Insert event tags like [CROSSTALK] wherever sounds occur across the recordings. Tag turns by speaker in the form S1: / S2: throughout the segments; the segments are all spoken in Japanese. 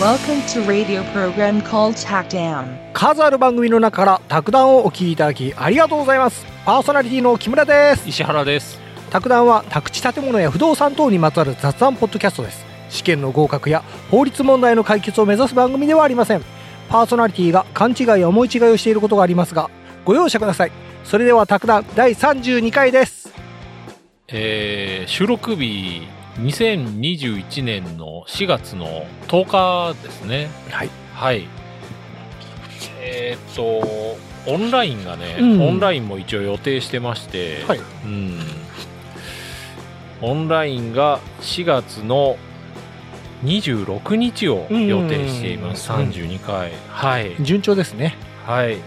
S1: Welcome to radio program called Hackdown.
S2: 数ある番組の中から卓談をお聞きいただきありがとうございますパーソナリティの木村です
S3: 石原です
S2: 卓談は宅地建物や不動産等にまつわる雑談ポッドキャストです試験の合格や法律問題の解決を目指す番組ではありませんパーソナリティが勘違いや思い違いをしていることがありますがご容赦くださいそれでは卓談第32回です
S3: えー収録日2021年の4月の10日ですね
S2: はい
S3: はいえーっとオンラインがね、
S2: うん
S3: オンラインも一応予定してまして、
S2: はい
S3: うんオンラインが4月の26日を予定しています、
S2: うん
S3: 32回はい
S2: 順調ですね
S3: はい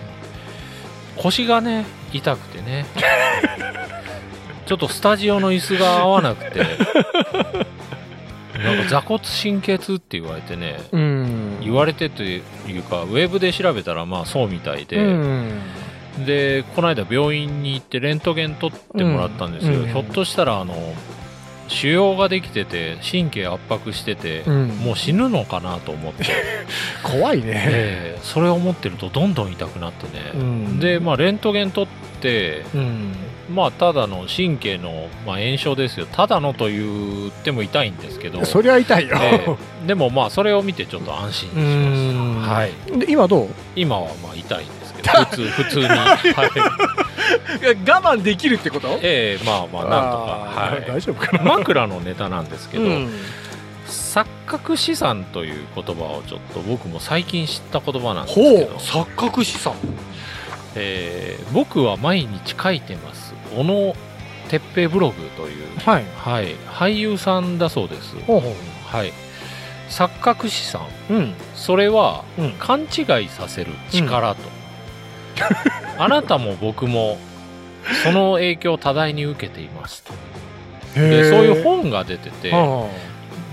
S3: 腰がね痛く
S2: [LAUGHS]
S3: てねちょっとスタジオの椅子が合わなくてなんか座骨神経痛って言われてね
S2: うん
S3: 言われてというかウェブで調べたらまあそうみたいで、
S2: うん
S3: でこの間病院に行ってレントゲン取ってもらったんですけど、
S2: うん
S3: ひょっとしたらあの腫瘍ができてて神経圧迫してて、
S2: うん
S3: もう死ぬのかなと
S2: [LAUGHS]
S3: 思って、
S2: 怖いね、
S3: ええそれを持ってるとどんどん痛くなってね、
S2: うん
S3: で、まあ、レントゲン取って、
S2: うん
S3: まあ、ただの神経の、まあ、炎症ですよただのと言っても痛いんですけど
S2: そりゃ痛いよ、
S3: ええでもまあそれを見てちょっと安心し
S2: うん
S3: ました、はい、
S2: で今どう
S3: 今はまあ痛いんですけど普通普
S2: [LAUGHS]
S3: 通に、はい、
S2: 我慢できるってこと
S3: ええまあまあ
S2: あ
S3: なん
S2: ー
S3: とか、は
S2: 大
S3: い、
S2: 丈夫かな
S3: 枕のネタなんですけど、
S2: うん
S3: 錯覚資産という言葉をちょっと僕も最近知った言葉なんです
S2: ほ
S3: け
S2: う
S3: ど、
S2: 錯覚資産
S3: えー僕は毎日書いてます小野哲平ブログという、
S2: はい
S3: はい、俳優さんだそうです、
S2: ほうほ
S3: はい、錯覚資産
S2: ううん
S3: それは
S2: うん
S3: 勘違いさせる力と、 [LAUGHS] あなたも僕もその影響を多大に受けていますとでそういう本が出てて
S2: 本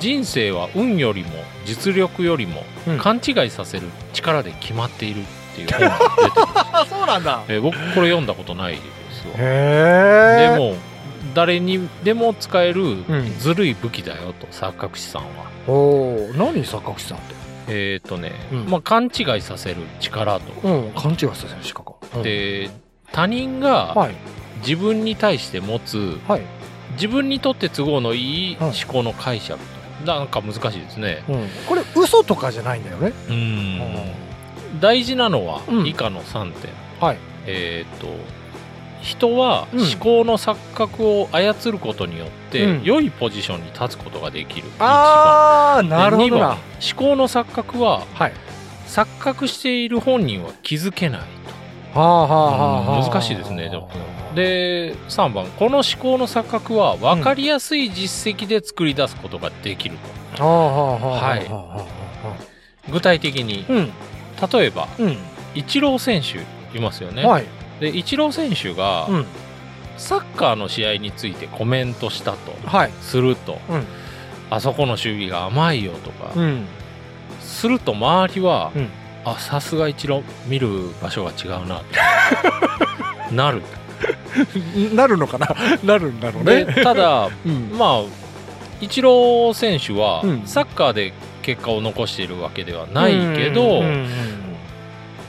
S3: 人生は運よりも実力よりも
S2: うん
S3: 勘違いさせる力で決まっているっていう本が出てま
S2: あそうなんだ [LAUGHS]
S3: す、えー僕これ読んだことないですわ
S2: へ
S3: でも誰にでも使える
S2: ん
S3: ずるい武器だよと錯覚資産は、
S2: おー何錯覚資産って
S3: えっ、とね、
S2: うん
S3: まあ、勘違いさせる力と、
S2: うん勘違いさせるしかか
S3: で他人が
S2: はい
S3: 自分に対して持つ
S2: はい
S3: 自分にとって都合のいい
S2: はい
S3: 思考の解釈となんか難しいですね
S2: うんこれ嘘とかじゃないんだよね
S3: うん大事なのは
S2: うん
S3: 以下の3点、
S2: はい
S3: えっ、と人は
S2: うん
S3: 思考の錯覚を操ることによって、
S2: うん
S3: 良いポジションに立つことができる
S2: ああ
S3: 一番
S2: なるほ
S3: で
S2: ど
S3: 二番
S2: な
S3: 思考の錯覚は
S2: はい
S3: 錯覚している本人は気づけない
S2: はあは
S3: と、
S2: あはあはあ
S3: 難しいですねでもで3番この思考の錯覚は分かりやすい実績で作り出すことができる
S2: はあはあはあはあ
S3: は
S2: はあ
S3: い
S2: はあはあ
S3: と具体的に
S2: うん
S3: 例えば
S2: うん
S3: イチロー選手いますよね、
S2: はい
S3: でイチロー選手が
S2: うん
S3: サッカーの試合についてコメントしたと
S2: はい
S3: すると、
S2: うん
S3: あそこの守備が甘いよとか、
S2: うん [LAUGHS]
S3: すると周りは、
S2: うん
S3: あさすがイチロー見る場所が
S2: [LAUGHS]
S3: 違うなとなる
S2: なるのかな [LAUGHS] なるんだろう
S3: で
S2: ね。
S3: ただ
S2: うん。
S3: まあイチロー選手は、
S2: うん
S3: サッカーで結果を残しているわけではないけど、
S2: うん。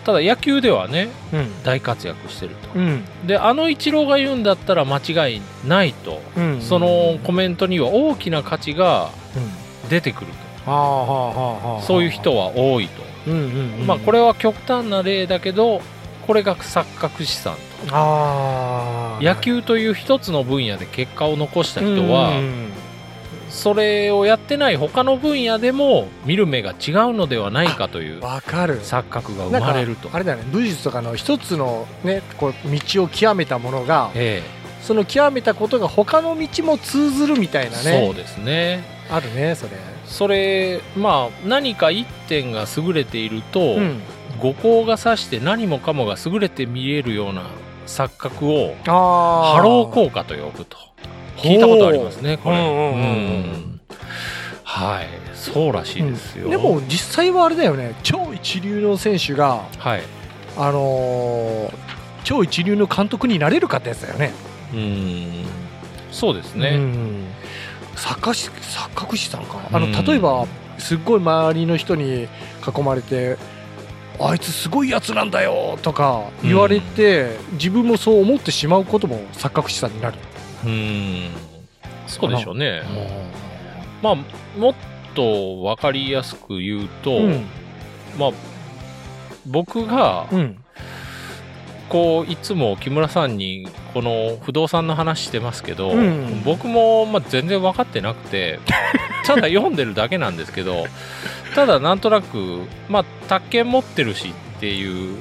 S3: ただ野球ではね
S2: うん。
S3: 大活躍してると、
S2: うん。
S3: であのイチローが言うんだったら間違いないと、
S2: うん
S3: そのコメントには大きな価値が
S2: うん
S3: 出てくる
S2: はあはあはあは
S3: と
S2: あ。
S3: そういう人は多いと、
S2: うんうんうん。
S3: まあこれは極端な例だけどこれが錯覚資産
S2: ああ。
S3: 野球という一つの分野で結果を残した人
S2: う
S3: は
S2: ん
S3: それをやってない他の分野でも見る目が違うのではないかという
S2: わかる。
S3: 錯覚が生まれると
S2: あ。れだよね武術とかの一つのねこう道を極めたものが
S3: え
S2: その極めたことが他の道も通ずるみたい
S3: え、
S2: な
S3: そ
S2: ね
S3: うですね
S2: あるねそれ
S3: それまあ何か一点が優れていると、
S2: うん
S3: 五光が指して何もかもが優れて見えるような錯覚を
S2: ああ
S3: ハロー効果と呼ぶと聞いたことありますねこれ
S2: うんうんうんうん
S3: うんはいそうらしいですよ、
S2: でも実際はあれだよね超一流の選手が
S3: はい
S2: あのー超一流の監督になれるかってやつだよね。
S3: うんそうです
S2: う
S3: ね、
S2: ん錯覚し錯覚資産かあの
S3: うん
S2: 例えばすっごい周りの人に囲まれてあいつすごいやつなんだよとか言われて、自分もそう思ってしまうことも錯覚しさになる、
S3: うんそうでしょうねまあもっと分かりやすく言うと、
S2: うん
S3: まあ僕が
S2: うん
S3: こういつも木村さんにこの不動産の話してますけど、
S2: うん
S3: 僕もまあ全然分かってなく
S2: [LAUGHS]
S3: てただ読んでるだけなんですけどただなんとなくまあ宅建持ってるしっていう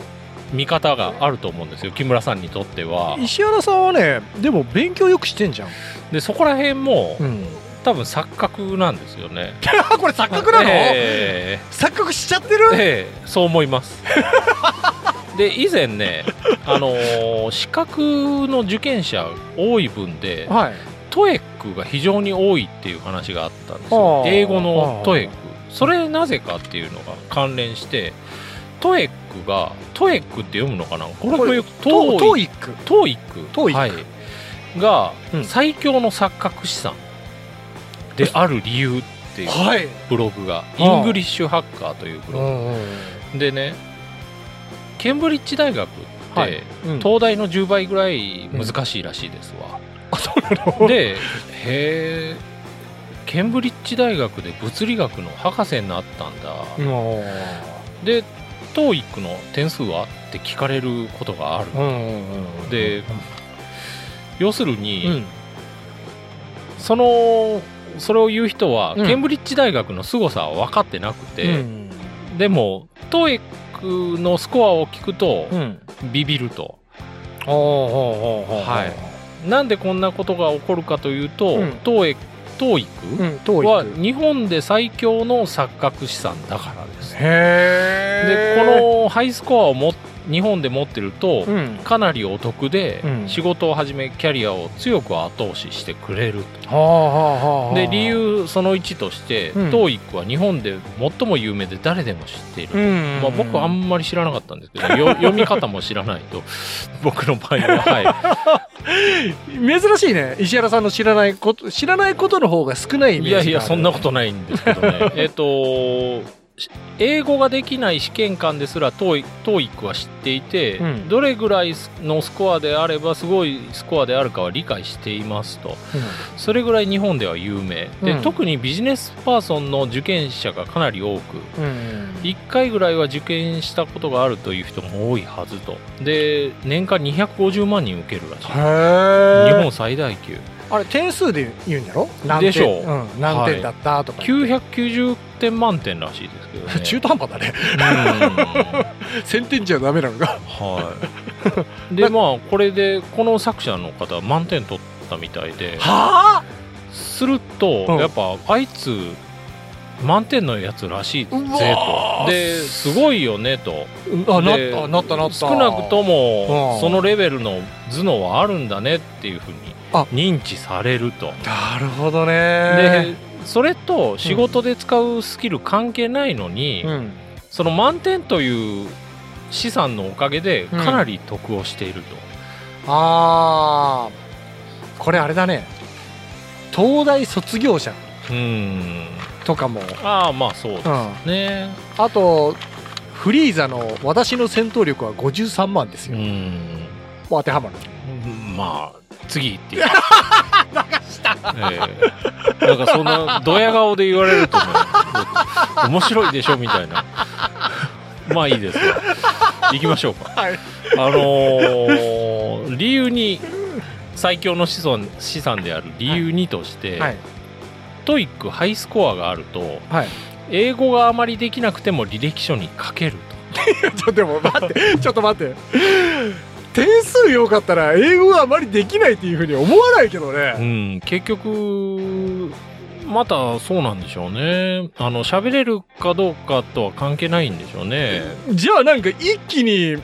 S3: 見方があると思うんですよ木村さんにとっては
S2: 石原さんはねでも勉強よくしてんじゃん、
S3: でそこら辺も [LAUGHS]
S2: うん、
S3: 多分錯覚なんです
S2: [LAUGHS]
S3: よね
S2: これ錯覚なの、
S3: え
S2: 錯覚しちゃって
S3: え
S2: る
S3: ええそう思いますで以前ねあのー資格の受験者多い分で
S2: はい
S3: トエックが非常に多いっていう話があったんです
S2: は
S3: よ
S2: あ
S3: 英語のトエックそれなぜかっていうのが関連してトエックがトエックって読むのかなこれ
S2: こ
S3: も
S2: れ
S3: よく
S2: ト
S3: ト
S2: ト
S3: ーイック
S2: イック
S3: トーイック
S2: トーイック
S3: はいが
S2: うん
S3: 最強の錯覚資産である理由っていう
S2: はい、
S3: ブログが、
S2: あ
S3: イングリッシュハッカーというブ
S2: う
S3: ロ
S2: んうん
S3: グでねケンブリッジ大学って、
S2: はいうん、
S3: 東大の10倍ぐらい難しいらしいですわ、
S2: あそうなの
S3: でへえケンブリッジ大学で物理学の博士になったんだ、
S2: も
S3: で TOEIC の点数はって聞かれることがある、
S2: ううんうんうん
S3: で要する
S2: う
S3: に、
S2: ん
S3: そのそれを言う人は、
S2: うん
S3: ケンブリッジ大学の凄さは分かってなく
S2: う
S3: て、
S2: ん
S3: でも TOEIC のスコアを聞くと
S2: うん
S3: ビビると、
S2: おーおーおーおー
S3: はいなんでこんなことが起こるかというと、
S2: うん
S3: TOEIC
S2: うんトイ
S3: は
S2: ック
S3: 日本で最強の錯覚資産だからです。で
S2: へ
S3: こ
S2: ー
S3: のハイスコアをも日本で持ってると、
S2: うん
S3: かなりお得で、
S2: うん
S3: 仕事を始めキャリアを強く後押ししてくれる
S2: はあはあはあはあ
S3: で理由その1として、
S2: うん
S3: TOEIC は日本で最も有名で誰でも知っている、
S2: ん
S3: まあ、僕はあんまり知らなかったんですけどよ [LAUGHS] 読み方も知らないと僕の場合は、はい、
S2: 珍しいね石原さんの知らないこと知らないことの方が少ないイメー
S3: い
S2: ジがあ
S3: や
S2: る
S3: いやそんなことないんですけどね
S2: [LAUGHS]
S3: えっとし英語ができない試験官ですら TOEIC TOEIC は知っていて、
S2: うん
S3: どれぐらいのスコアであればすごいスコアであるかは理解していますとそれぐらい日本では有名で、
S2: うん
S3: 特にビジネスパーソンの受験者がかなり多く
S2: うんうん
S3: 1回ぐらいは受験したことがあるという人も多いはずとで年間250万人受けるらしい
S2: へ
S3: 日
S2: ー
S3: 本最大級
S2: あれ点数で言うんだろ何点
S3: でしょうん
S2: 何点だったとか
S3: 990点満点らしいですけどね
S2: 中途半端だね
S3: う
S2: 1000点じゃダメなのか
S3: んはいでまあこれでこの作者の方は満点取ったみたいで
S2: はあ
S3: すると、
S2: うん
S3: やっぱあいつ満点のやつらしいうぜ
S2: わー
S3: とですごいよねと
S2: あなっ
S3: で
S2: たなったなった
S3: 少なくと
S2: う
S3: も
S2: ん
S3: そのレベルの頭脳はあるんだねっていうふう
S2: あ
S3: に認知されると
S2: なるほど
S3: で
S2: ね
S3: それと仕事で使うスキル関係ないのに、
S2: うん
S3: その満点という資産のおかげでかなり得をしていると、
S2: あーこれあれだね東大卒業者
S3: うん
S2: とかも、
S3: ああまあそうで
S2: う
S3: す
S2: ん、
S3: ね
S2: あとフリーザの「私の戦闘力は53万」です
S3: う
S2: よ、
S3: ん
S2: 当てはまる
S3: まあ次っていう [LAUGHS] 流した、ええなんかそんなドヤ顔で言われるとね面白いでしょみたいなまあいいですよ行きましょうか
S2: はい
S3: あのー理由に最強の資産資産である理由にとして、
S2: はい
S3: トイックハイスコアがあると [LAUGHS]
S2: はい
S3: 英語があまりできなくても履歴書に書ける
S2: ちょでも待ってちょっと待って点数良かったら英語があまりできないっていうふうに思わないけど
S3: と、う
S2: ね
S3: ん、結局またそうなんでしょうねあの喋れるかどうかとは関係ないんでしょうね
S2: じゃあなんか一気に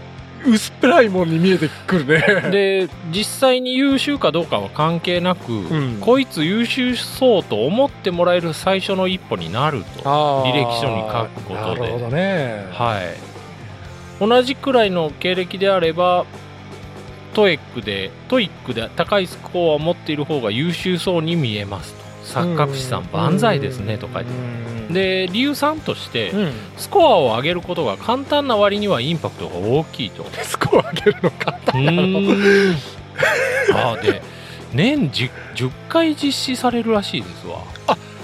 S2: 薄っぺらいもんに見えてくるね
S3: で実際に優秀かどうかは関係なく、
S2: ん
S3: こいつ優秀そうと思ってもらえる最初の一歩になると
S2: あー
S3: 履歴書に書くことで
S2: なるほどね
S3: はい、同じくらいの経歴であればトエックでトイックで高いスコアを持っている方が優秀そうに見えますと錯覚資産万歳ですねと書い
S2: う
S3: て
S2: ん
S3: で理由3として、
S2: うん、
S3: スコアを上げることが簡単な割にはインパクトが大
S2: [LAUGHS]
S3: きいと。
S2: スコア上げるの簡単なの
S3: うーんあーで年 10, 10回実施されるらしいですわ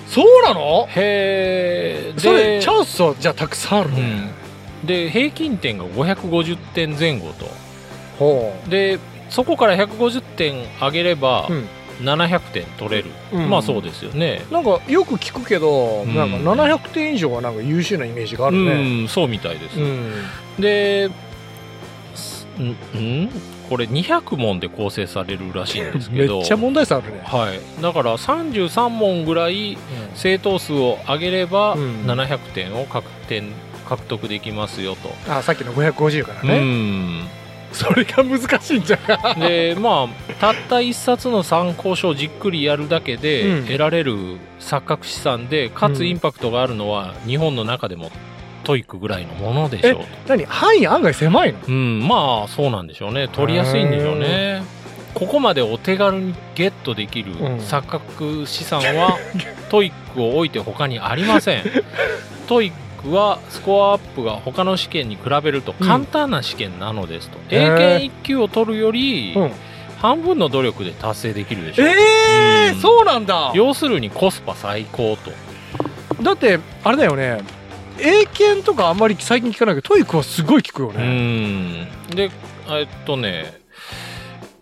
S2: そうなの
S3: へえ
S2: それ
S3: で
S2: チャンスはじゃあたくさんある
S3: う
S2: ね、
S3: ん、で平均点が550点前後と
S2: ほ
S3: でそこから150点上げれば
S2: うん
S3: 700点取れる、
S2: う、うん
S3: まあそうですよね
S2: なんかよく聞くけど、
S3: うん
S2: なんか700点以上はなんか優秀なイメージがあるね
S3: うんそうみたいです、
S2: うん、
S3: ですんんこれ200問で構成されるらしいんです
S2: め
S3: けど
S2: っちゃ問題数あるね、
S3: はい、だから33問ぐらい正答数を上げれば
S2: うん
S3: 700点を獲点獲得できますよと。
S2: あさっきの550から
S3: う
S2: ね、
S3: ん
S2: それが難しいんじゃんか
S3: でまあたった1冊の参考書をじっくりやるだけ
S2: うん
S3: で得られる錯覚資産でか
S2: う
S3: つ
S2: ん
S3: インパクトがあるのは日本の中でもトイックぐらいのものでしょう
S2: 何範囲案外狭いの
S3: と。うんまあそうなんでしょうね取りやすいんでしょうね。ここまでお手軽にゲットできる
S2: ん
S3: 錯覚資産は [LAUGHS] トイックを置いて他にあり
S2: [LAUGHS]
S3: ません。トイックはスコアアップが他の試験に比べると簡単な試験なのですと、
S2: へー
S3: 英検1級を取るより
S2: うん
S3: 半分の努力で達成できるでしょう、
S2: え
S3: うん
S2: うなんだ
S3: 要するにコスパ最高と
S2: だってあれだよね英検とかあんまり最近聞かないけどトイックはすごい聞くよ
S3: う
S2: ね、
S3: んでえっとね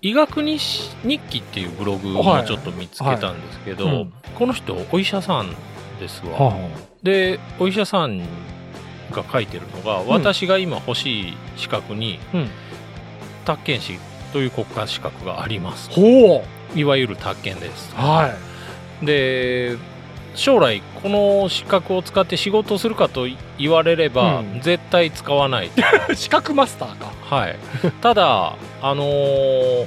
S3: 医学日誌日記っていうブログ
S2: はい
S3: をちょっと見つけたんですけど、
S2: はいうん
S3: この人お医者さんですわ、
S2: は
S3: でお医者さんが書いてるのが、私が今欲しい資格に、
S2: うん
S3: 宅建士という国家資格があります
S2: ほう
S3: いわゆる宅建です
S2: は
S3: で将来この資格を使って仕事をするかと言われれば、
S2: うん
S3: 絶対使わないと [LAUGHS]
S2: い資格マスターか
S3: はい [LAUGHS] ただあのー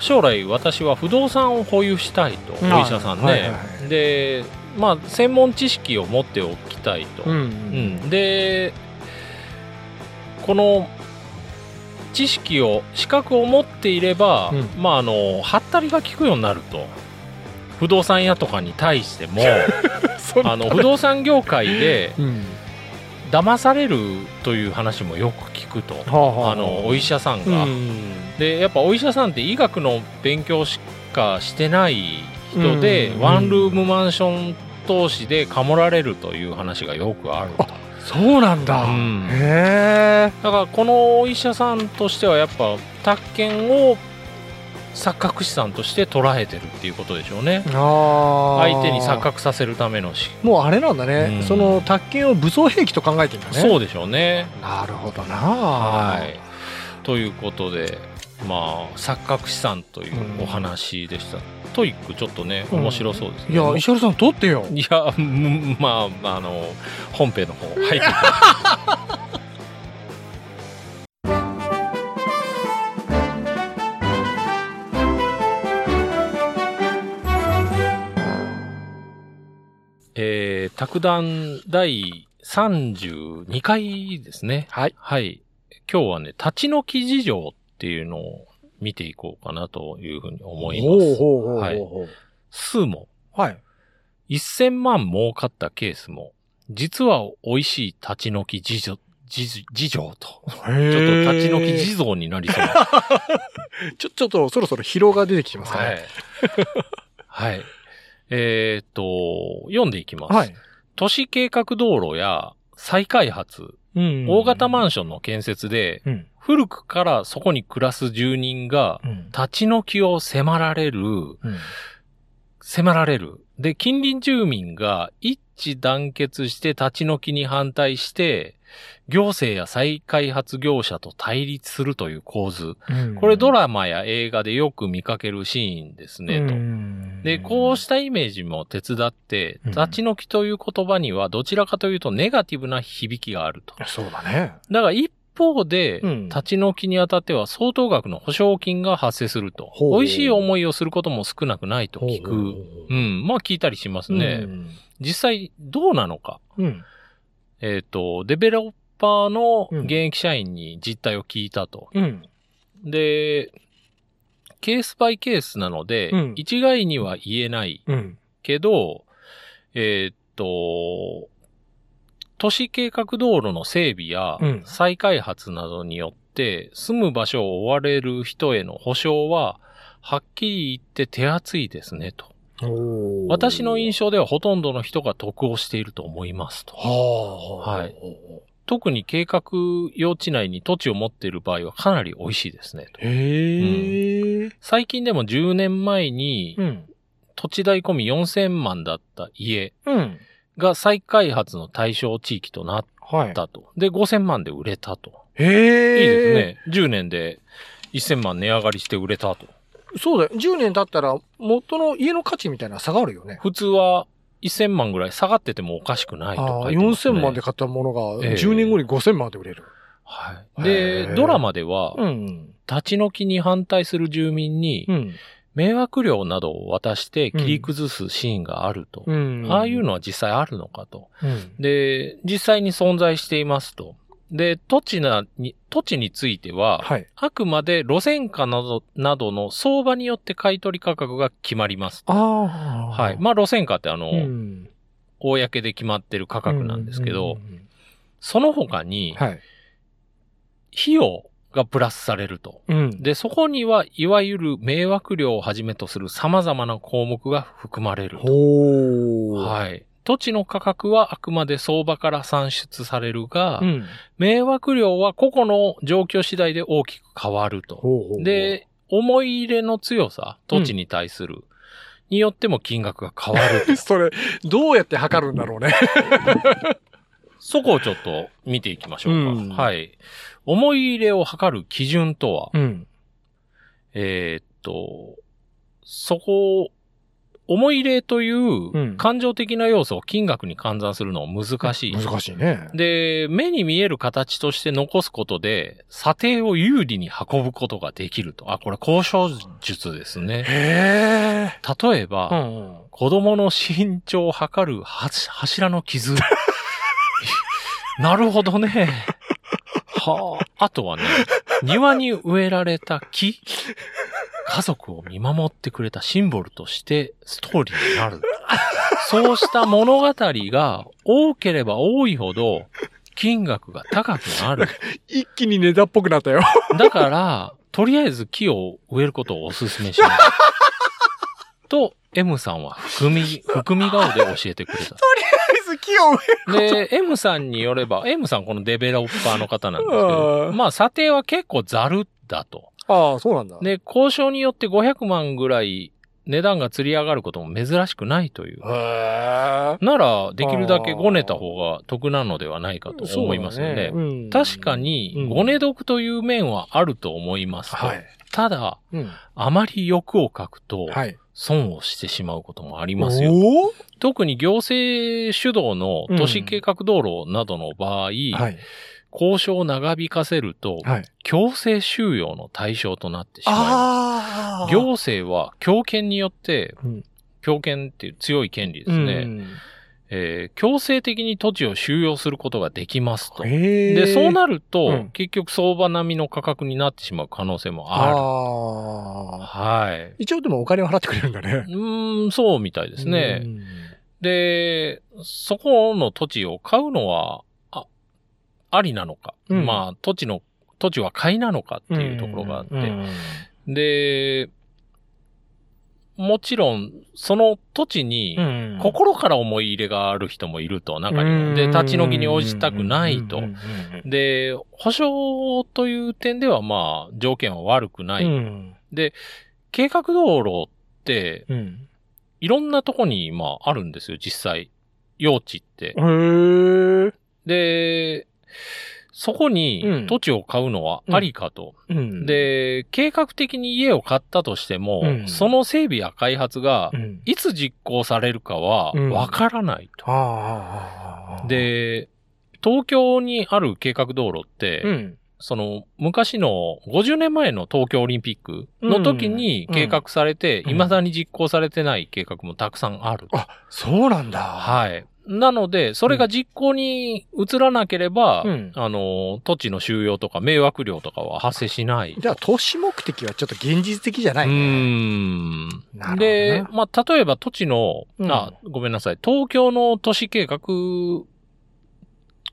S3: 将来私は不動産を保有したいとお
S2: うん
S3: 医者さんね、
S2: はいはいは
S3: でまあ専門知識を持っておきたいと、
S2: ん、
S3: うん、でこの知識を資格を持っていれば、
S2: うん
S3: まああのはったりが効くようになると不動産屋とかに対して
S2: [LAUGHS]
S3: も
S2: そんな
S3: あの不動産業界で
S2: うん
S3: 騙されるという話もよく聞くと
S2: はあはあ
S3: あのお医者さん
S2: う
S3: が、
S2: ん
S3: でやっぱお医者さんって医学の勉強しかしてない人で、
S2: うん
S3: ワンルームマンション投資でかもられるという話がよくあると。
S2: そうなんだ、
S3: うん
S2: へえ
S3: だからこのお医者さんとしてはやっぱ宅建を錯覚資産として捉えてるっていうことでしょうね
S2: ああ
S3: 相手に錯覚させるためのし
S2: もうあれなんだね、
S3: うん
S2: その宅建を武装兵器と考えてんだね
S3: そうでしょうね
S2: なるほどな
S3: はいということでまあ錯覚資産というお話でした、トイックちょっとね
S2: うん
S3: 面白そうです
S2: い
S3: ね、
S2: や石原さん取ってよ
S3: いやうんまああの本編の方入っていきます [LAUGHS] えー、卓談第32回ですね。はい。はい。今日はね、立ち退き事情っていうのを見ていこうかなというふうに思います。
S2: ほうほうほうほう
S3: はい
S2: ほう
S3: 数も
S2: はい、
S3: 1000万儲かったケースも、実は美味しい立ち退き事情、事事情と。ちょっと立ち退き
S2: き
S3: 事情になりそう。
S2: ちょちょっとそろそろ疲労が出てきてますか
S3: は
S2: ね
S3: い。はい。えーっと、読んでいきます。
S2: はい、
S3: 都市計画道路や再開発、
S2: うん
S3: 大型マンションの建設で、
S2: うん
S3: 古くからそこに暮らす住人が、
S2: うん
S3: 立ち退きを迫られる、
S2: うん
S3: 迫られる。で、近隣住民が一致団結して立ち退きに反対して、行政や再開発業者と対立するという構図。
S2: うん
S3: これドラマや映画でよく見かけるシーンですね、と。
S2: ん
S3: で、こうしたイメージも手伝って、
S2: うん
S3: 立ち退きという言葉にはどちらかというとネガティブな響きがあると。
S2: そうだね
S3: だから一方で、
S2: うん
S3: 立ち退きにあたっては相当額の保証金が発生すると。
S2: ほう
S3: 美味しい思いをすることも少なくないと聞く。うん。まあ聞いたりしますね。
S2: うん
S3: 実際どうなのか。
S2: うん
S3: えっ、と、デベロッパーの
S2: うん
S3: 現役社員に実態を聞いたと。
S2: うん
S3: で、ケースバイケースなので、
S2: うん
S3: 一概には言えない。
S2: うん
S3: けど、えーっと、都市計画道路の整備や
S2: うん
S3: 再開発などによって、住む場所を追われる人への保障は、はっきり言って手厚いですね、と。
S2: おー
S3: 私の印象ではほとんどの人が得をしていると思います、と。
S2: はあ。
S3: はい。特に計画用地内に土地を持っている場合はかなり美味しいですね、と。
S2: へえ。
S3: 最近でも10年前に
S2: う、ん。
S3: 土地代込み4000万だった家
S2: うん。
S3: が再開発の対象地域となっ
S2: はい。
S3: たと。で、5000万で売れたと。
S2: へ
S3: いい
S2: え。
S3: ですね。10年で1000万値上がりして売れたと。
S2: そうだよ。10年経ったら、元の家の価値みたいな下があるよね。
S3: 普通は1000万ぐらい下がっててもおかしくないと
S2: ああ
S3: 書
S2: ー、
S3: いてます、ね。
S2: 4000万で買ったものが、
S3: ええ
S2: 10年後に5000万で売れる。
S3: はい。
S2: へー
S3: で、ドラマでは、
S2: ん。
S3: 立ち退きに反対する住民に
S2: う、ん。
S3: 迷惑料などを渡して切り崩すシーンがあると。
S2: うん。
S3: ああいうのは実際あるのかと。
S2: うん。
S3: で、実際に存在していますと。で、土地な、に、土地については、
S2: はい。
S3: あくまで路線価など、などの相場によって買い取り価格が決まります。
S2: ああ。
S3: はい。まあ、路線価ってあの、
S2: うん、
S3: 公で決まってる価格なんですけど、
S2: うんうん
S3: その他
S2: うん
S3: に、
S2: はい。
S3: 費用がプラスされると。
S2: うん。
S3: で、そこには、いわゆる迷惑料をはじめとする様々な項目が含まれると。
S2: ほー。
S3: はい。土地の価格はあくまで相場から算出されるが、
S2: うん。
S3: 迷惑料は個々の状況次第で大きく変わると。
S2: ほうほうほう、
S3: で、思い入れの強さ、土地に対する、によっても金額が変わる
S2: [LAUGHS]
S3: と。
S2: それ、どうやって測るんだろうね。
S3: [LAUGHS] そこをちょっと見ていきましょうか。
S2: うん
S3: はい。思い入れを測る基準とは、
S2: うん。
S3: えーっと、そこを、思い入れとい
S2: うん
S3: う感情的な要素を金額に換算するのは難しい。
S2: 難しいね。
S3: で、目に見える形として残すことで、査定を有利に運ぶことができると。あ、これ交渉術ですね。
S2: へえ。
S3: 例えば、
S2: うん。
S3: 子供の身長を測るはし柱の傷。 [LAUGHS] なるほどね。はあ。あとはね、庭に植えられた木。家族を見守ってくれたシンボルとしてストーリーになる。そうした物語が多ければ多いほど金額が高くなる。
S2: 一気にネタっぽくなったよ。 [LAUGHS]
S3: だから、とりあえず木を植えることをお勧
S2: [LAUGHS]
S3: めします。と、M さんは含み、含み顔で教えてくれ
S2: 木を植
S3: た。で、M さんによれば、M さんこのデベロッパーの方なんですけ
S2: あー
S3: ど、まあ査定は結構ざるだと。
S2: ああ、そうなんだ。
S3: で、交渉によって500万ぐらい値段が釣り上がることも珍しくないとい
S2: へ。
S3: う
S2: え。
S3: なら、できるだけごねた方が得なのではないかと思いますよ
S2: そうだ
S3: ね。
S2: うん
S3: 確かに、ごね得という面はあると思いますと。
S2: はい。
S3: ただ、
S2: うん。
S3: あまり欲を書くと、
S2: はい。
S3: 損をしてしまうこともあり
S2: い
S3: ますよ。特に行政主導の都市計画道路などの場合、
S2: はい。
S3: 交渉を長引かせると、
S2: はい。
S3: 強制収容の対象となってしまいます。
S2: ああ。
S3: 行政は強権によって
S2: うん、
S3: 強権っていう強い権利ですね、
S2: うん。
S3: えー強制的に土地を収容することができますと。
S2: へえ。
S3: で、そうなると、
S2: うん
S3: 結局相場並みの価格になってしまう可能性もあ
S2: あ
S3: る。
S2: あ。
S3: はい。
S2: 一応でもお金を払ってくれるんだね
S3: う。ーん、そうみたいですね。
S2: うん。
S3: で、そこの土地を買うのは、あ、ありなのか。
S2: うん
S3: まあ、土地の、土地は買いなのかっていうところがあって。
S2: うん
S3: で、もちろん、その土地に、
S2: うん
S3: 心から思い入れがある人もいると、中に
S2: う
S3: は。
S2: ん
S3: で、立ち退きに応じたくない
S2: うん
S3: と
S2: う。んうん
S3: で、保証という点では、まあ、条件は悪くない。
S2: うん
S3: 計画道路って、
S2: うん
S3: いろんなとこに、まあ、あるんですよ、実際。用地って。
S2: うん。へえ。
S3: で、そこ
S2: うん
S3: に土地を買うのはありかと。
S2: うん、
S3: で、計画的に家を買ったとしても、
S2: うん
S3: その整備や開発が
S2: う、ん、
S3: いつ実行されるかは
S2: うん
S3: わからないと。
S2: ああああああ、
S3: で、東京にある計画道路って、
S2: うん、
S3: その昔の50年前の東京オリンピックの時に
S2: うん
S3: 計画されて、
S2: うん
S3: 未だに実行されてない計画もたくさんある。
S2: あ、そうなんだ。
S3: はい。なので、それが実行に移らなければ、
S2: うん
S3: あの、土地の収用とか迷惑料とかは発生しない。
S2: じゃあ、投資目的はちょっと現実的じゃないうね。なるほ
S3: ーん。
S2: どね
S3: で、まあ、例えば土地の、
S2: うん
S3: あ、ごめんなさい、東京の都市計画、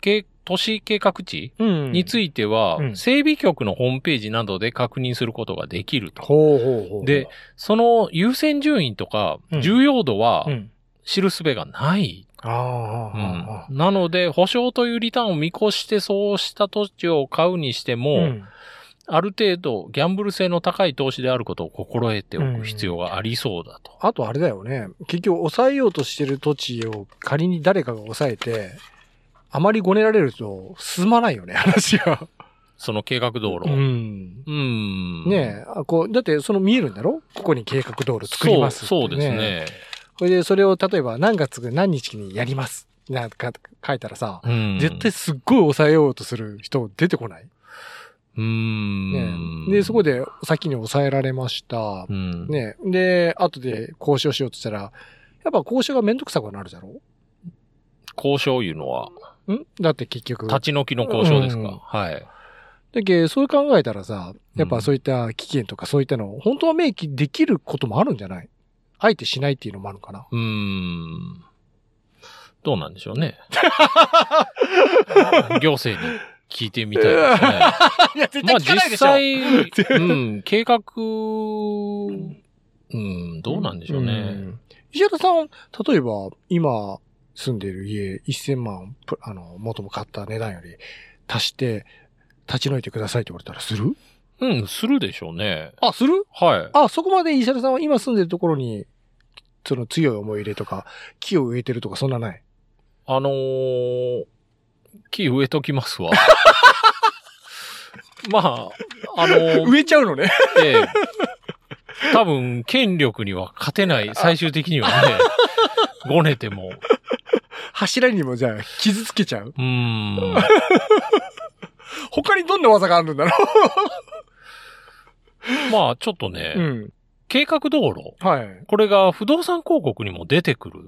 S3: 計都市計画地
S2: うん
S3: については、
S2: うん
S3: 整備局のホームページなどで確認することができると。
S2: ほうほうほう。
S3: で、その優先順位とか
S2: うん、
S3: 重要度は
S2: うん。
S3: 知るすべがない
S2: ああ、ああああ
S3: なので、保証というリターンを見越してそうした土地を買うにしても、
S2: うん
S3: ある程度ギャンブル性の高い投資であることを心得ておく必要がありそうだと。
S2: あとあれだよね。結局、抑えようとしてる土地を仮に誰かが抑えて、あまりごねられると進まないよね、話が。
S3: その計画道路。
S2: う
S3: うん。
S2: ん。ねえ、あこう、だってその見えるんだろここに計画道路作ります、
S3: そう。そうです。ね。
S2: それで、それを例えば何月何日にやります。なんか書いたらさ、
S3: うん
S2: 絶対、すっごい抑えようとする人出てこない。
S3: うん、
S2: ねえで、そこ
S3: で、
S2: で先に抑えられました。
S3: うん。
S2: ねえで、後で交渉しようとしたら、やっぱ交渉がめんどくさくなるじゃろ
S3: 交渉いうのは、
S2: んだって結局。
S3: 立ち退きの交渉ですか。
S2: うん
S3: はい。
S2: だけそう考えたらさ、やっぱそういった危険とかそういったの、本当は明記できることもあるんじゃないあえてしないっていうのもあるのかな。
S3: うん。どうなんでしょ
S2: [LAUGHS]
S3: うね。行政に聞いてみたいですね。
S2: いや、絶
S3: まあ実際、
S2: 絶 [LAUGHS] 対
S3: うん、計画、うん、どうなんでしょうね。
S2: 石原さん、例えば今住んでる家1000万、ぷあの、元も買った値段より足して立ち退いてくださいって言われたらする
S3: うん、するでしょうね。
S2: あ、する
S3: はい。
S2: あ、そこまで石原さんは今住んでるところに、その強い思い入れとか、木を植えてるとかそんなない。
S3: あのー、木植えときます
S2: [LAUGHS]
S3: わ。まあ、あのー、
S2: えちゃうのね。
S3: ええ多分、権力には勝てない、最終的
S2: [LAUGHS]
S3: にはね、ごねても。
S2: [LAUGHS] 柱にもじゃあ傷つけちゃう
S3: うーん。
S2: 他にどんな技があるんだろ
S3: まあ、ちょっとね、
S2: う。うん。
S3: 計画道路。
S2: はい。
S3: これが不動産広告にも出てくる、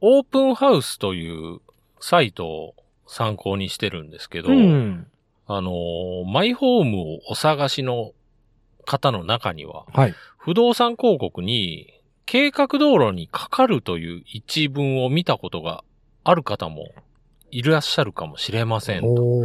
S3: オープンハウスというサイトを参考にしてるんですけど、
S2: ん。
S3: あのー、マイホームをお探しの方の中には、
S2: はい。
S3: 不動産広告に計画道路にかかるという一文を見たことがある方もいらっしゃるかもしれません。
S2: お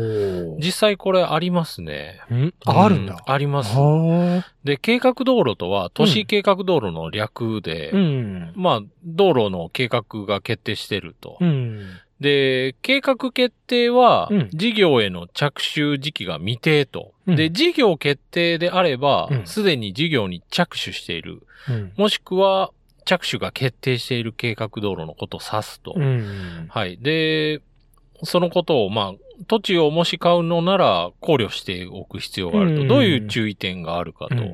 S2: ー
S3: 実際これありますね。
S2: うんああるんだ
S3: う。あります。
S2: は
S3: で、計画道路とは都市計画道路の略で、
S2: あ。ん。
S3: まあ、道路の計画が決定してると。
S2: うん。
S3: で、計画決定は
S2: うん、
S3: 事業への着手時期が未定と。
S2: うん
S3: で、事業決定であれば
S2: う、ん
S3: すでに事業に着手している。
S2: うん。
S3: もしくは、着手が決定している計画道路のことを指すと。
S2: うん。
S3: はい。で、そのことを、まあ、土地をもし買うのなら考慮しておく必要がある
S2: う
S3: と。
S2: ん
S3: どういう注意点があるかと。
S2: うん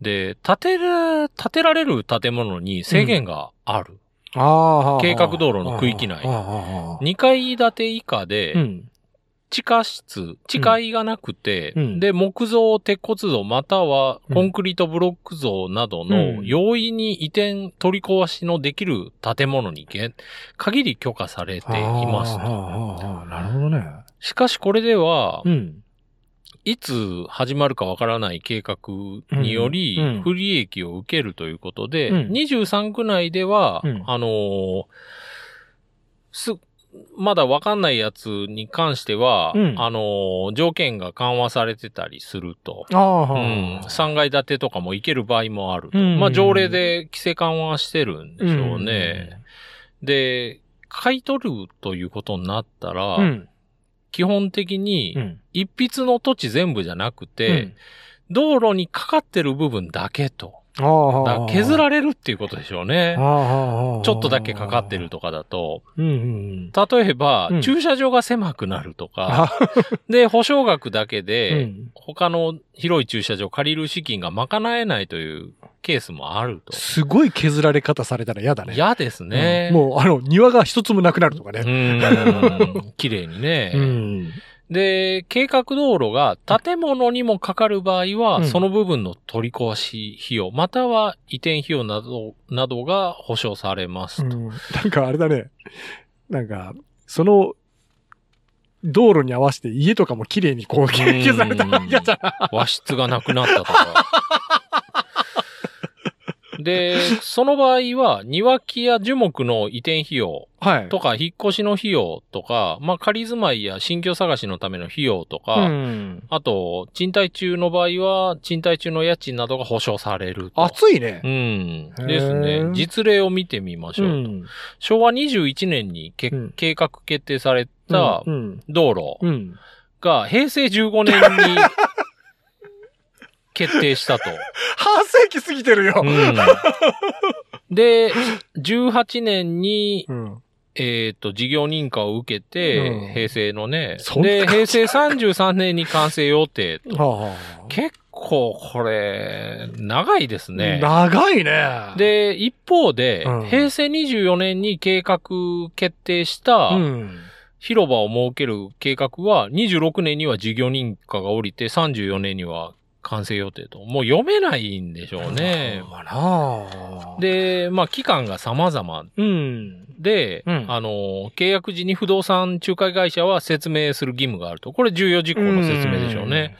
S3: で、建てる、建てられる建物に制限がある。
S2: ああ。
S3: 計画道路の区域内
S2: ああああ。
S3: 2階建て以下で、
S2: うん。
S3: 地下室、地階がなくて、
S2: うん
S3: で、木造、鉄骨造、またはコンクリートブロック造など
S2: う
S3: の
S2: ん
S3: 容易に移転、取り壊しのできる建物に限限り許可されています
S2: あああ
S3: と。
S2: あああなるほどね。
S3: しかしこれでは、
S2: ん。
S3: いつ始まるかわからない計画により
S2: うんうん、
S3: 不利益を受けるということで、
S2: うん
S3: 23区内では、
S2: うん
S3: あのーす、まだわかんないやつに関しては、
S2: うん
S3: あのー条件が緩和されてたりすると。
S2: ああ、
S3: う
S2: は
S3: ん、
S2: あ
S3: 3階建てとかも行ける場合もあると。
S2: うん
S3: まあ、条例で規制緩和してるんでしょうね。。で、買い取るということになったら、
S2: うん。
S3: 基本的に、
S2: うん。
S3: 一筆の土地全部じゃなくて、
S2: うん、
S3: 道路にかかってる部分だけと。
S2: ああ
S3: だから削られるっていうことでしょうね。
S2: ああ
S3: ちょっとだけかかってる。とかだと、
S2: うんうん
S3: 例えば、
S2: うん
S3: 駐車場が狭くなるとか、で、保証額だけ
S2: うん。う
S3: で、
S2: ん
S3: 他の広い駐車場を借りる資金が賄えないというケースもあると。
S2: すごい削られ方されたら嫌だね。
S3: 嫌ですね。
S2: うんもう、あの、庭が一つもなくなるとか
S3: う
S2: ね。
S3: ーん。綺麗にね。
S2: ん。
S3: で、計画道路が建物にもかかる場合は、
S2: うん
S3: その部分の取り壊し費用、または移転費用など、などが保証されますと。
S2: うんなんかあれだね。なんか、その、道路に合わせて家とかも綺麗にこう、削られたやつ
S3: 和室がなくなったとか。で、その場合は、庭木や樹木の移転費用
S2: はい。
S3: とか、引っ越しの費用とか、まあ、仮住まいや新居探しのための費用とか、
S2: うん。
S3: あと、賃貸中の場合は、賃貸中の家賃などが保証されると。
S2: 暑いね
S3: う。ん。
S2: へー
S3: ですね。実例を見てみましょう。
S2: ん。
S3: 昭和21年にけ、
S2: うん
S3: 計画決定された
S2: うん。
S3: 道路
S2: うん。
S3: が平成15年に決定したと。
S2: 半世紀過ぎてるよ
S3: う。ん、で、18年に、
S2: うん。
S3: えっ、と、事業認可を受けて、
S2: うん
S3: 平成のね
S2: そん。な
S3: で、平成33年に完成予定と。
S2: は
S3: 結構これ、長いです
S2: あ。
S3: ね。
S2: 長いね。、
S3: で、一方で、
S2: うん
S3: 平成24年に計画決定した
S2: うん。
S3: 広場を設ける計画は、26年には事業認可が下りて、34年には完成予定と。もう読めないんでしょうね。
S2: まあなあ、
S3: で、まあ、期間が様々
S2: うん。
S3: で、
S2: うん
S3: あの、契約時に不動産仲介会社は説明する義務があると。これ重要事項の説明でしょうね。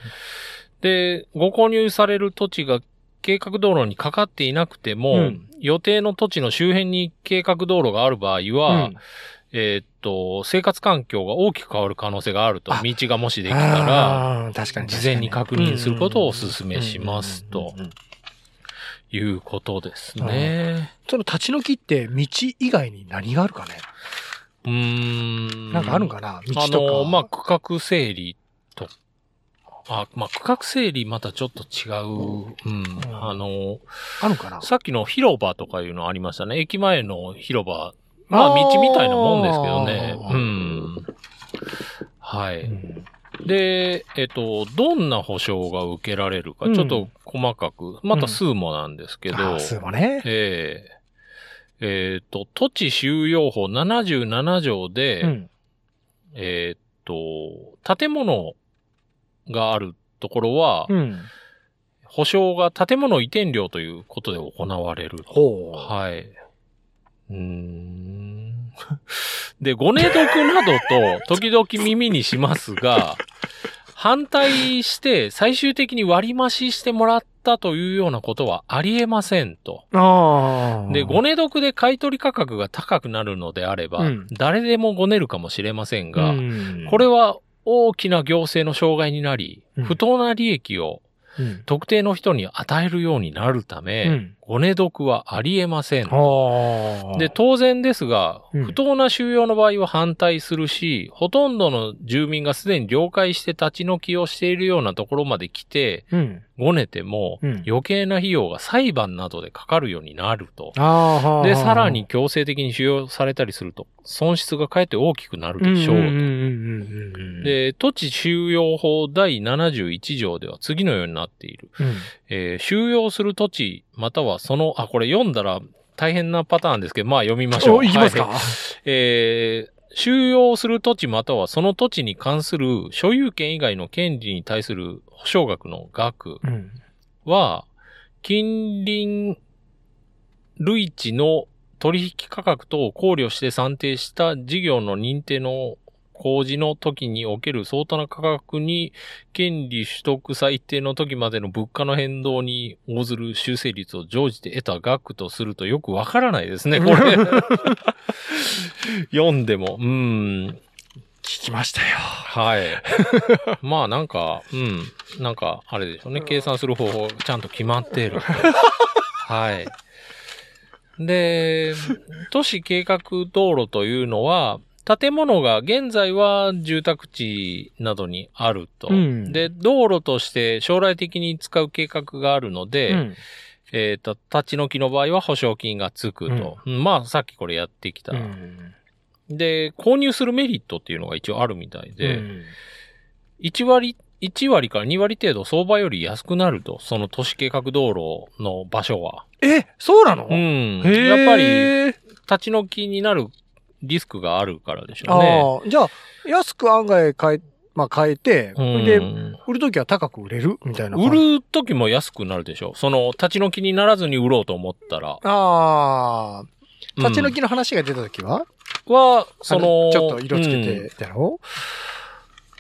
S3: で、ご購入される土地が計画道路にかかっていなくても、
S2: うん
S3: 予定の土地の周辺に計画道路がある場合
S2: うん。
S3: は、えーっと、生活環境が大きく変わる可能性があると。
S2: あ
S3: 道がもしできたら、
S2: あー、確かに
S3: 事前に確認することをお勧めしますと
S2: うんうんうんうん
S3: いうことですね。
S2: その立ち退きって道以外に何があるかね
S3: うーん。
S2: なんかあるんかな道
S3: あ
S2: とか。
S3: の、まあ、区画整理と、あ、まあ、区画整理またちょっと違う。うん。あの、
S2: あ、るんかな
S3: さっきの広場とかいうのありましたね。駅前の広場。まあ、道みたいなもんですけどね。
S2: あー
S3: うん。は
S2: う
S3: い。
S2: ん
S3: で、えっと、どんな保証が受けられるか、
S2: うん
S3: ちょっと細かく、また数もなんですけど、
S2: あー、そうもね。
S3: えええっと、土地収容法77条で、
S2: うん。
S3: えーっと、建物があるところは、
S2: うん。
S3: 保証が建物移転料ということで行われる。
S2: ほう。
S3: はい。うーん。 [LAUGHS] で、ごね読などと時々耳にしますが、反対して最終的に割り増ししてもらったというようなことはありえませんと。
S2: ああ。
S3: で、ごね読で買取価格が高くなるのであれば、
S2: うん
S3: 誰でもごねるかもしれませんが、
S2: うん
S3: これ、は大きな行政の障害になり
S2: うん、
S3: 不当な利益を
S2: うん。
S3: 特定の人に与えるようになるた
S2: う
S3: め、
S2: ん
S3: ごね読はありえません。
S2: ああ。
S3: で、当然ですが、
S2: うん
S3: 不当な収容の場合は反対するし、ほとんどの住民がすでに了解して立ち退きをしているようなところまで来て、
S2: うん。
S3: ごねても
S2: うん、
S3: 余計な費用が裁判などでかかるようになると。
S2: ああ。
S3: で、さらに、強制的に収容されたりすると、損失がかえって大きくなるでしょう
S2: うん
S3: と
S2: うんうんうんうん。、
S3: で、土地収容法第71条では次のようになっている。
S2: うん。
S3: えー収容する土地、またはその、あ、これ読んだら大変なパターンですけど、まあ読みましょ
S2: お
S3: う。
S2: いきますか
S3: はいえー収容する土地またはその土地に関する所有権以外の権利に対する保証額の額
S2: うん。
S3: は、近隣類地の取引価格等を考慮して算定した事業の認定の工事の時における相当な価格に権利取得最低の時までの物価の変動に応ずる修正率を常時で得た額とするとよくわからないですね、これ。読んでも。うん。
S2: 聞きましたよ。 [LAUGHS]
S3: はい。まあなんか、うん。なんか、あれでしょうね。計算する方法、ちゃんと決まって
S2: [LAUGHS]
S3: いる。はい。で、都市計画道路というのは、建物が現在は住宅地などにあると。
S2: うん
S3: で、道路として将来的に使う計画があるので、
S2: うん
S3: えっ、と、立ち退きの場合は保証金がつくと。うんまあ、さっきこれやってきた。
S2: うん。
S3: で、購入するメリットっていうのが一応あるみたいで、
S2: うん
S3: 1割、1割から2割程度相場より安くなると、その都市計画道路の場所は。
S2: え、そうなの
S3: うん。
S2: へー
S3: やっぱり、立ち退きになるリスクがあるからでしょ
S2: ああ、
S3: うね。
S2: じゃあ、安く案外買え、まあ買えて、
S3: うん
S2: で、売るときは高く売れるみたいな感じ。
S3: 売る時も安くなるでしょ。その、立ち退きにならずに売ろうと思ったら。
S2: ああ、立ち退
S3: き、
S2: きの話が出たときは、
S3: は、
S2: あ
S3: その、
S2: ちょっと色つけ
S3: う
S2: て、
S3: ん
S2: だろ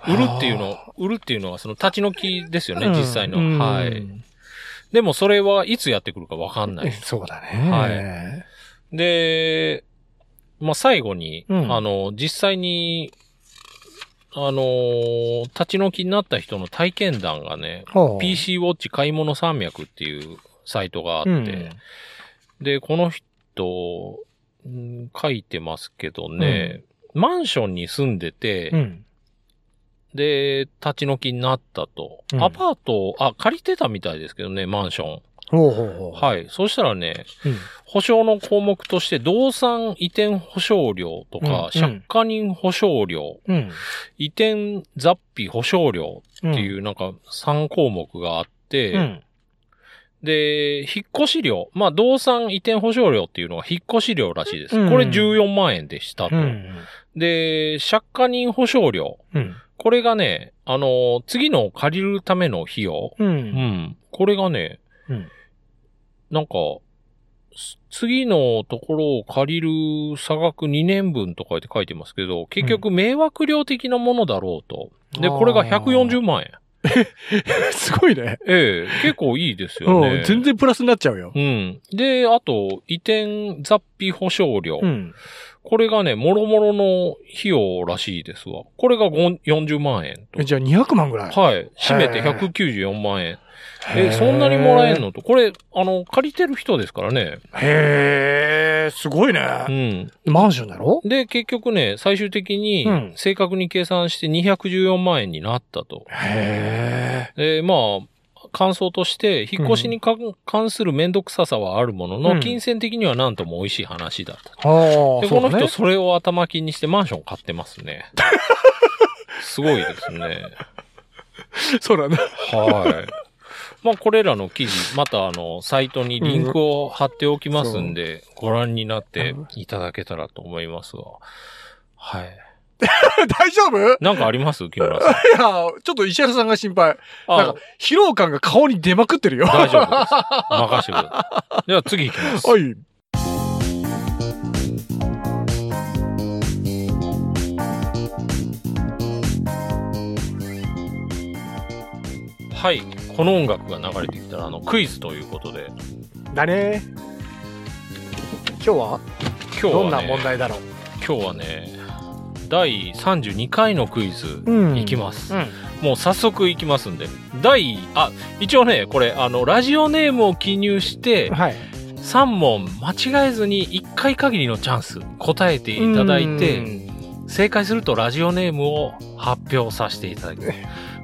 S3: 売るっていうの、売るっていうのはその立ち退きですよね、
S2: うん
S3: 実際の。
S2: うん
S3: はい。でもそれはいつやってくるかわかんない。
S2: そうだね。。
S3: はいで、まあ、最後に、
S2: うん
S3: あの、実際に、あのー立ち退きになった人の体験談がね、
S2: ほう
S3: PC ウォッチ買い物山脈っていうサイトがあって、
S2: うん
S3: で、この人、うん書いてますけどね、マンションに住んでて、
S2: うん。
S3: で、立ち退きになったと。
S2: うん
S3: アパート、あ、借りてたみたいですけどね、マンション。
S2: ほうほうほう。い。
S3: はい。そしたらね、保証の項目として、動産移転保証料とか、
S2: うんうん
S3: 借家人保証料、
S2: うん。
S3: 移転雑費保証料
S2: うん。
S3: っていうなんか3項目があって、
S2: うん。
S3: で、引っ越し料、まあ、動産移転保証料っていうのが引っ越し料らしいです。
S2: うん
S3: これ14万円でしたと。
S2: うん。
S3: で、借家人保証料、
S2: うん。
S3: これがね、あの、次の借りるための費用、
S2: う。
S3: うんん。これがね、
S2: うん
S3: なんか、す次のところを借りる差額2年分とかって書いてますけど、結局迷惑料的なものだろうと。で、
S2: あー
S3: これが140万円。
S2: すごいね。
S3: ええ、結構いいですよ
S2: [LAUGHS] う
S3: ね
S2: ん。。全。然プラスになっちゃうよ
S3: う。ん。で、あと、移転雑費保証料。
S2: うん。
S3: これがね、もろもろの費用らしいですわ。これがご40万円と
S2: え。じゃあ200万ぐらい。
S3: はい。締めて194万円。
S2: へ
S3: え、
S2: ー
S3: そんなにもらえんのと。これ、あの、借りてる人ですからね。
S2: へえ、すごいうね。
S3: ん。
S2: マンションだろ
S3: で、結局ね、最終的に
S2: うん、
S3: 正確に計算して214万円になったと。
S2: へえ。
S3: で、まあ、感想として、引っ越しにか関する面倒くささはあるものの、
S2: うん
S3: 金銭的にはなんとも美味しい話だった。
S2: ああ、そ
S3: で、
S2: う
S3: この
S2: だね
S3: 人、それを頭金にしてマンション買ってます
S2: [LAUGHS]
S3: ね。すごいですね。
S2: そうだね。
S3: はい。 [LAUGHS] まあ、これらの記事、またあの、サイトにリンクを貼っておきますんで、ご覧になっていただけたらと思いますわ。はい。
S2: 大丈夫いや、
S3: なんかあ
S2: [LAUGHS]
S3: ります木村さん。
S2: ちょっと石原さんが心配。なん
S3: あ
S2: か、、疲労感が顔に出まくってるよ。
S3: 大丈夫です。任せてくださ
S2: [LAUGHS]
S3: い。では次行きます。
S2: はい。
S3: はい。この音楽が流れてきたら、あの、クイズということで、
S2: だね。今日は
S3: 今日
S2: どん
S3: は
S2: な
S3: ね、
S2: 問題だろう。
S3: 今日はね、第32回のクイズ、
S2: うん
S3: いきます。
S2: うん。
S3: もう早速いきますんで。第、あ、一応ね、これ、あの、ラジオネームを記入して、
S2: はい。
S3: 3問間違えずに1回限りのチャンス答えていただいて正解するとラジオネームを発表させていただきます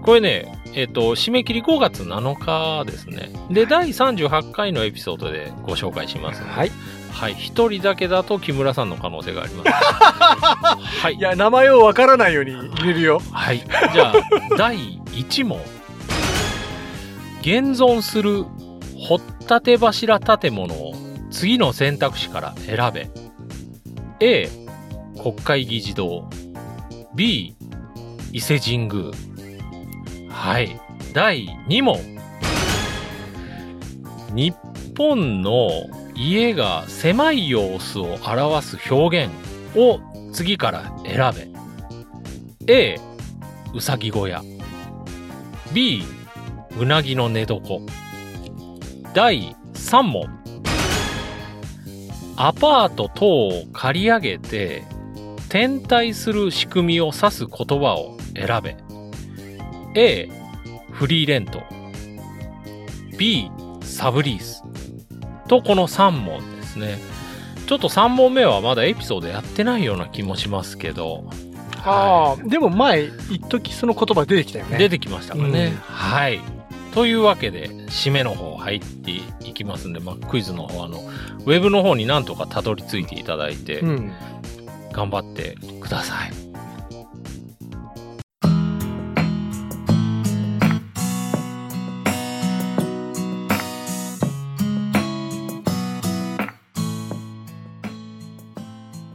S3: これねえっ、と締め切り5月7日ですねで第38回のエピソードでご紹介します
S2: はい。
S3: はい1人だけだと木村さんの可能性がありますはい
S2: いや、名前をわからないように入れるよ。
S3: はい。じゃあ、第1問。現存する掘ったて柱建物を次の選択肢から選べ。A、国会議事堂。B、伊勢神宮。はい。第2問。日本の家が狭い様子を表す表現を次から選べ。A、うさぎ小屋 B うなぎの寝床第3問アパート等を借り上げて転退する仕組みを指す言葉を選べ A フリーレント B サブリースとこの3問ですねちょっと3問目はまだエピソードやってないような気もしますけど
S2: ああ、でも前、一時その言葉出てきたよね。
S3: 出てきましたからね。
S2: うん
S3: はい。というわけで、締めの方入っていきますんで、まあ、クイズの方、あの、ウェブの方になんとかたどり着いていただいて
S2: う、ん。
S3: 頑張ってください。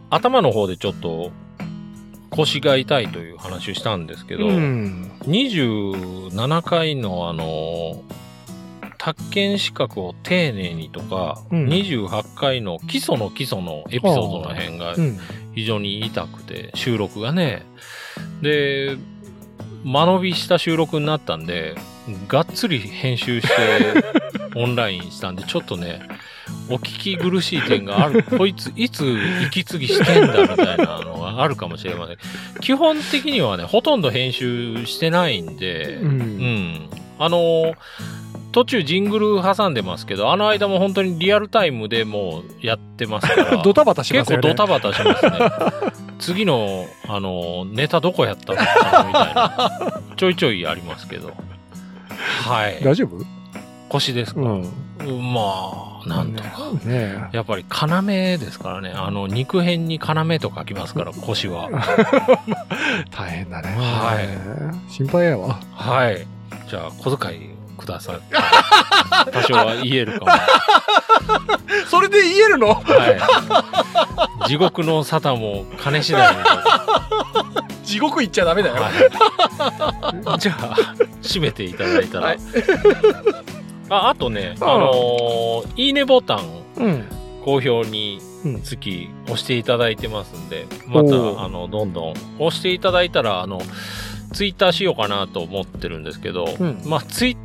S3: 頭の方でちょっと腰が痛いという話をしたんですけど、
S2: うん。
S3: 27回のあの、宅建資格を丁寧にとか、
S2: うん
S3: 28回の基礎の基礎のエピソードの辺が
S2: うん。
S3: 非常に痛くて、収録がね。で、間延びした収録になったんで、がっつり編集して、オンラインしたんで、ちょっとね、お聞き苦しい点がある。こいつ、いつ息継ぎしてんだみたいなのがあるかもしれません。基本的にはね、ほとんど編集してないんで、
S2: う。
S3: うんん。あの、途中ジングル挟んでますけど、あの間も本当にリアルタイムでもうやってますか
S2: [LAUGHS] [LAUGHS]
S3: ら。
S2: ドタバタしま
S3: 結
S2: すよ
S3: 構
S2: ね。
S3: ドタバタしますね。次の、あの、ネタどこやったのかなみたいな。ちょいちょいありますけど。はい。
S2: 大丈夫
S3: 腰ですか、
S2: うん。
S3: まあ、なんとか。
S2: ねえ。
S3: やっぱり要ですからね。あの、肉片に要と書きますから、腰は。
S2: 大変だね。。
S3: はい
S2: 心配やわ。
S3: はい。じゃあ、小遣いください。多少は言えるかも。
S2: それで言えるの [LAUGHS]
S3: はい。地獄の沙汰も金次第にと。
S2: 地獄行っちゃダメだよ。
S3: はいじゃあ締めていただいたら、
S2: はい
S3: ああとね、
S2: うん
S3: あのーいいねボタン
S2: うん。
S3: 好評につき押していただいてますんで、ま
S2: おう
S3: たあのどんどん押していただいたらあのツイッターしようかなと思ってるんですけど、
S2: うん
S3: まあツイッタ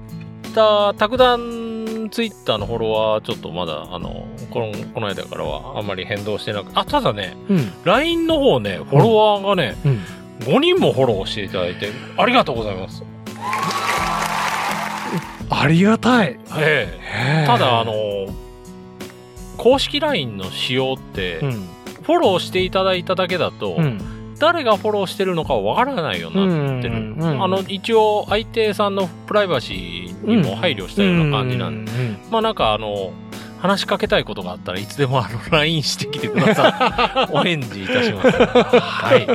S3: ー卓談ツイッターのフォロワーちょっとまだあのこのこの間からはあんまり変動してなくあただね
S2: うん。
S3: LINE の方ねフォロワーがね、
S2: うん。
S3: 5人もフォローしていただいてありがとうございます、
S2: ありがたい。
S3: ええただあの、公式 LINE の仕様って、
S2: うん。
S3: フォローしていただいただけだと、
S2: うん。
S3: 誰がフォローしてるのかわからないようになってる、
S2: うんうん
S3: あの一応相手さんのプライバシーにも配慮したような感じなんで、
S2: で。
S3: まあなんかあの話しかけたいことがあったらいつでもあの LINE してきてください [LAUGHS] お返事いたしますはい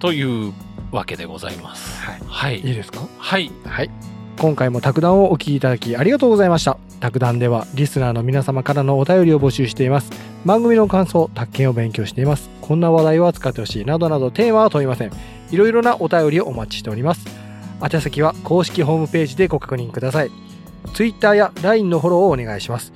S3: というわけでございます
S2: はい
S3: はい
S2: いいですか
S3: はい
S2: はい。今回も卓談をお聞きいただきありがとうございました。卓談ではリスナーの皆様からのお便りを募集しています。番組の感想、卓研を勉強しています。こんな話題を扱ってほしいなどなどテーマは問いません。いろいろなお便りをお待ちしております。宛先は公式ホームページでご確認ください。Twitter や LINE のフォローをお願いします。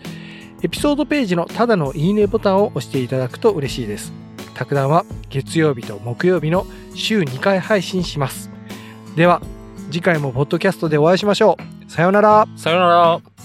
S2: エピソードページのただのいいねボタンを押していただくと嬉しいです。卓談は月曜日と木曜日の週2回配信します。では次回もポッドキャストでお会いしましょう。さようなら。
S3: さよなら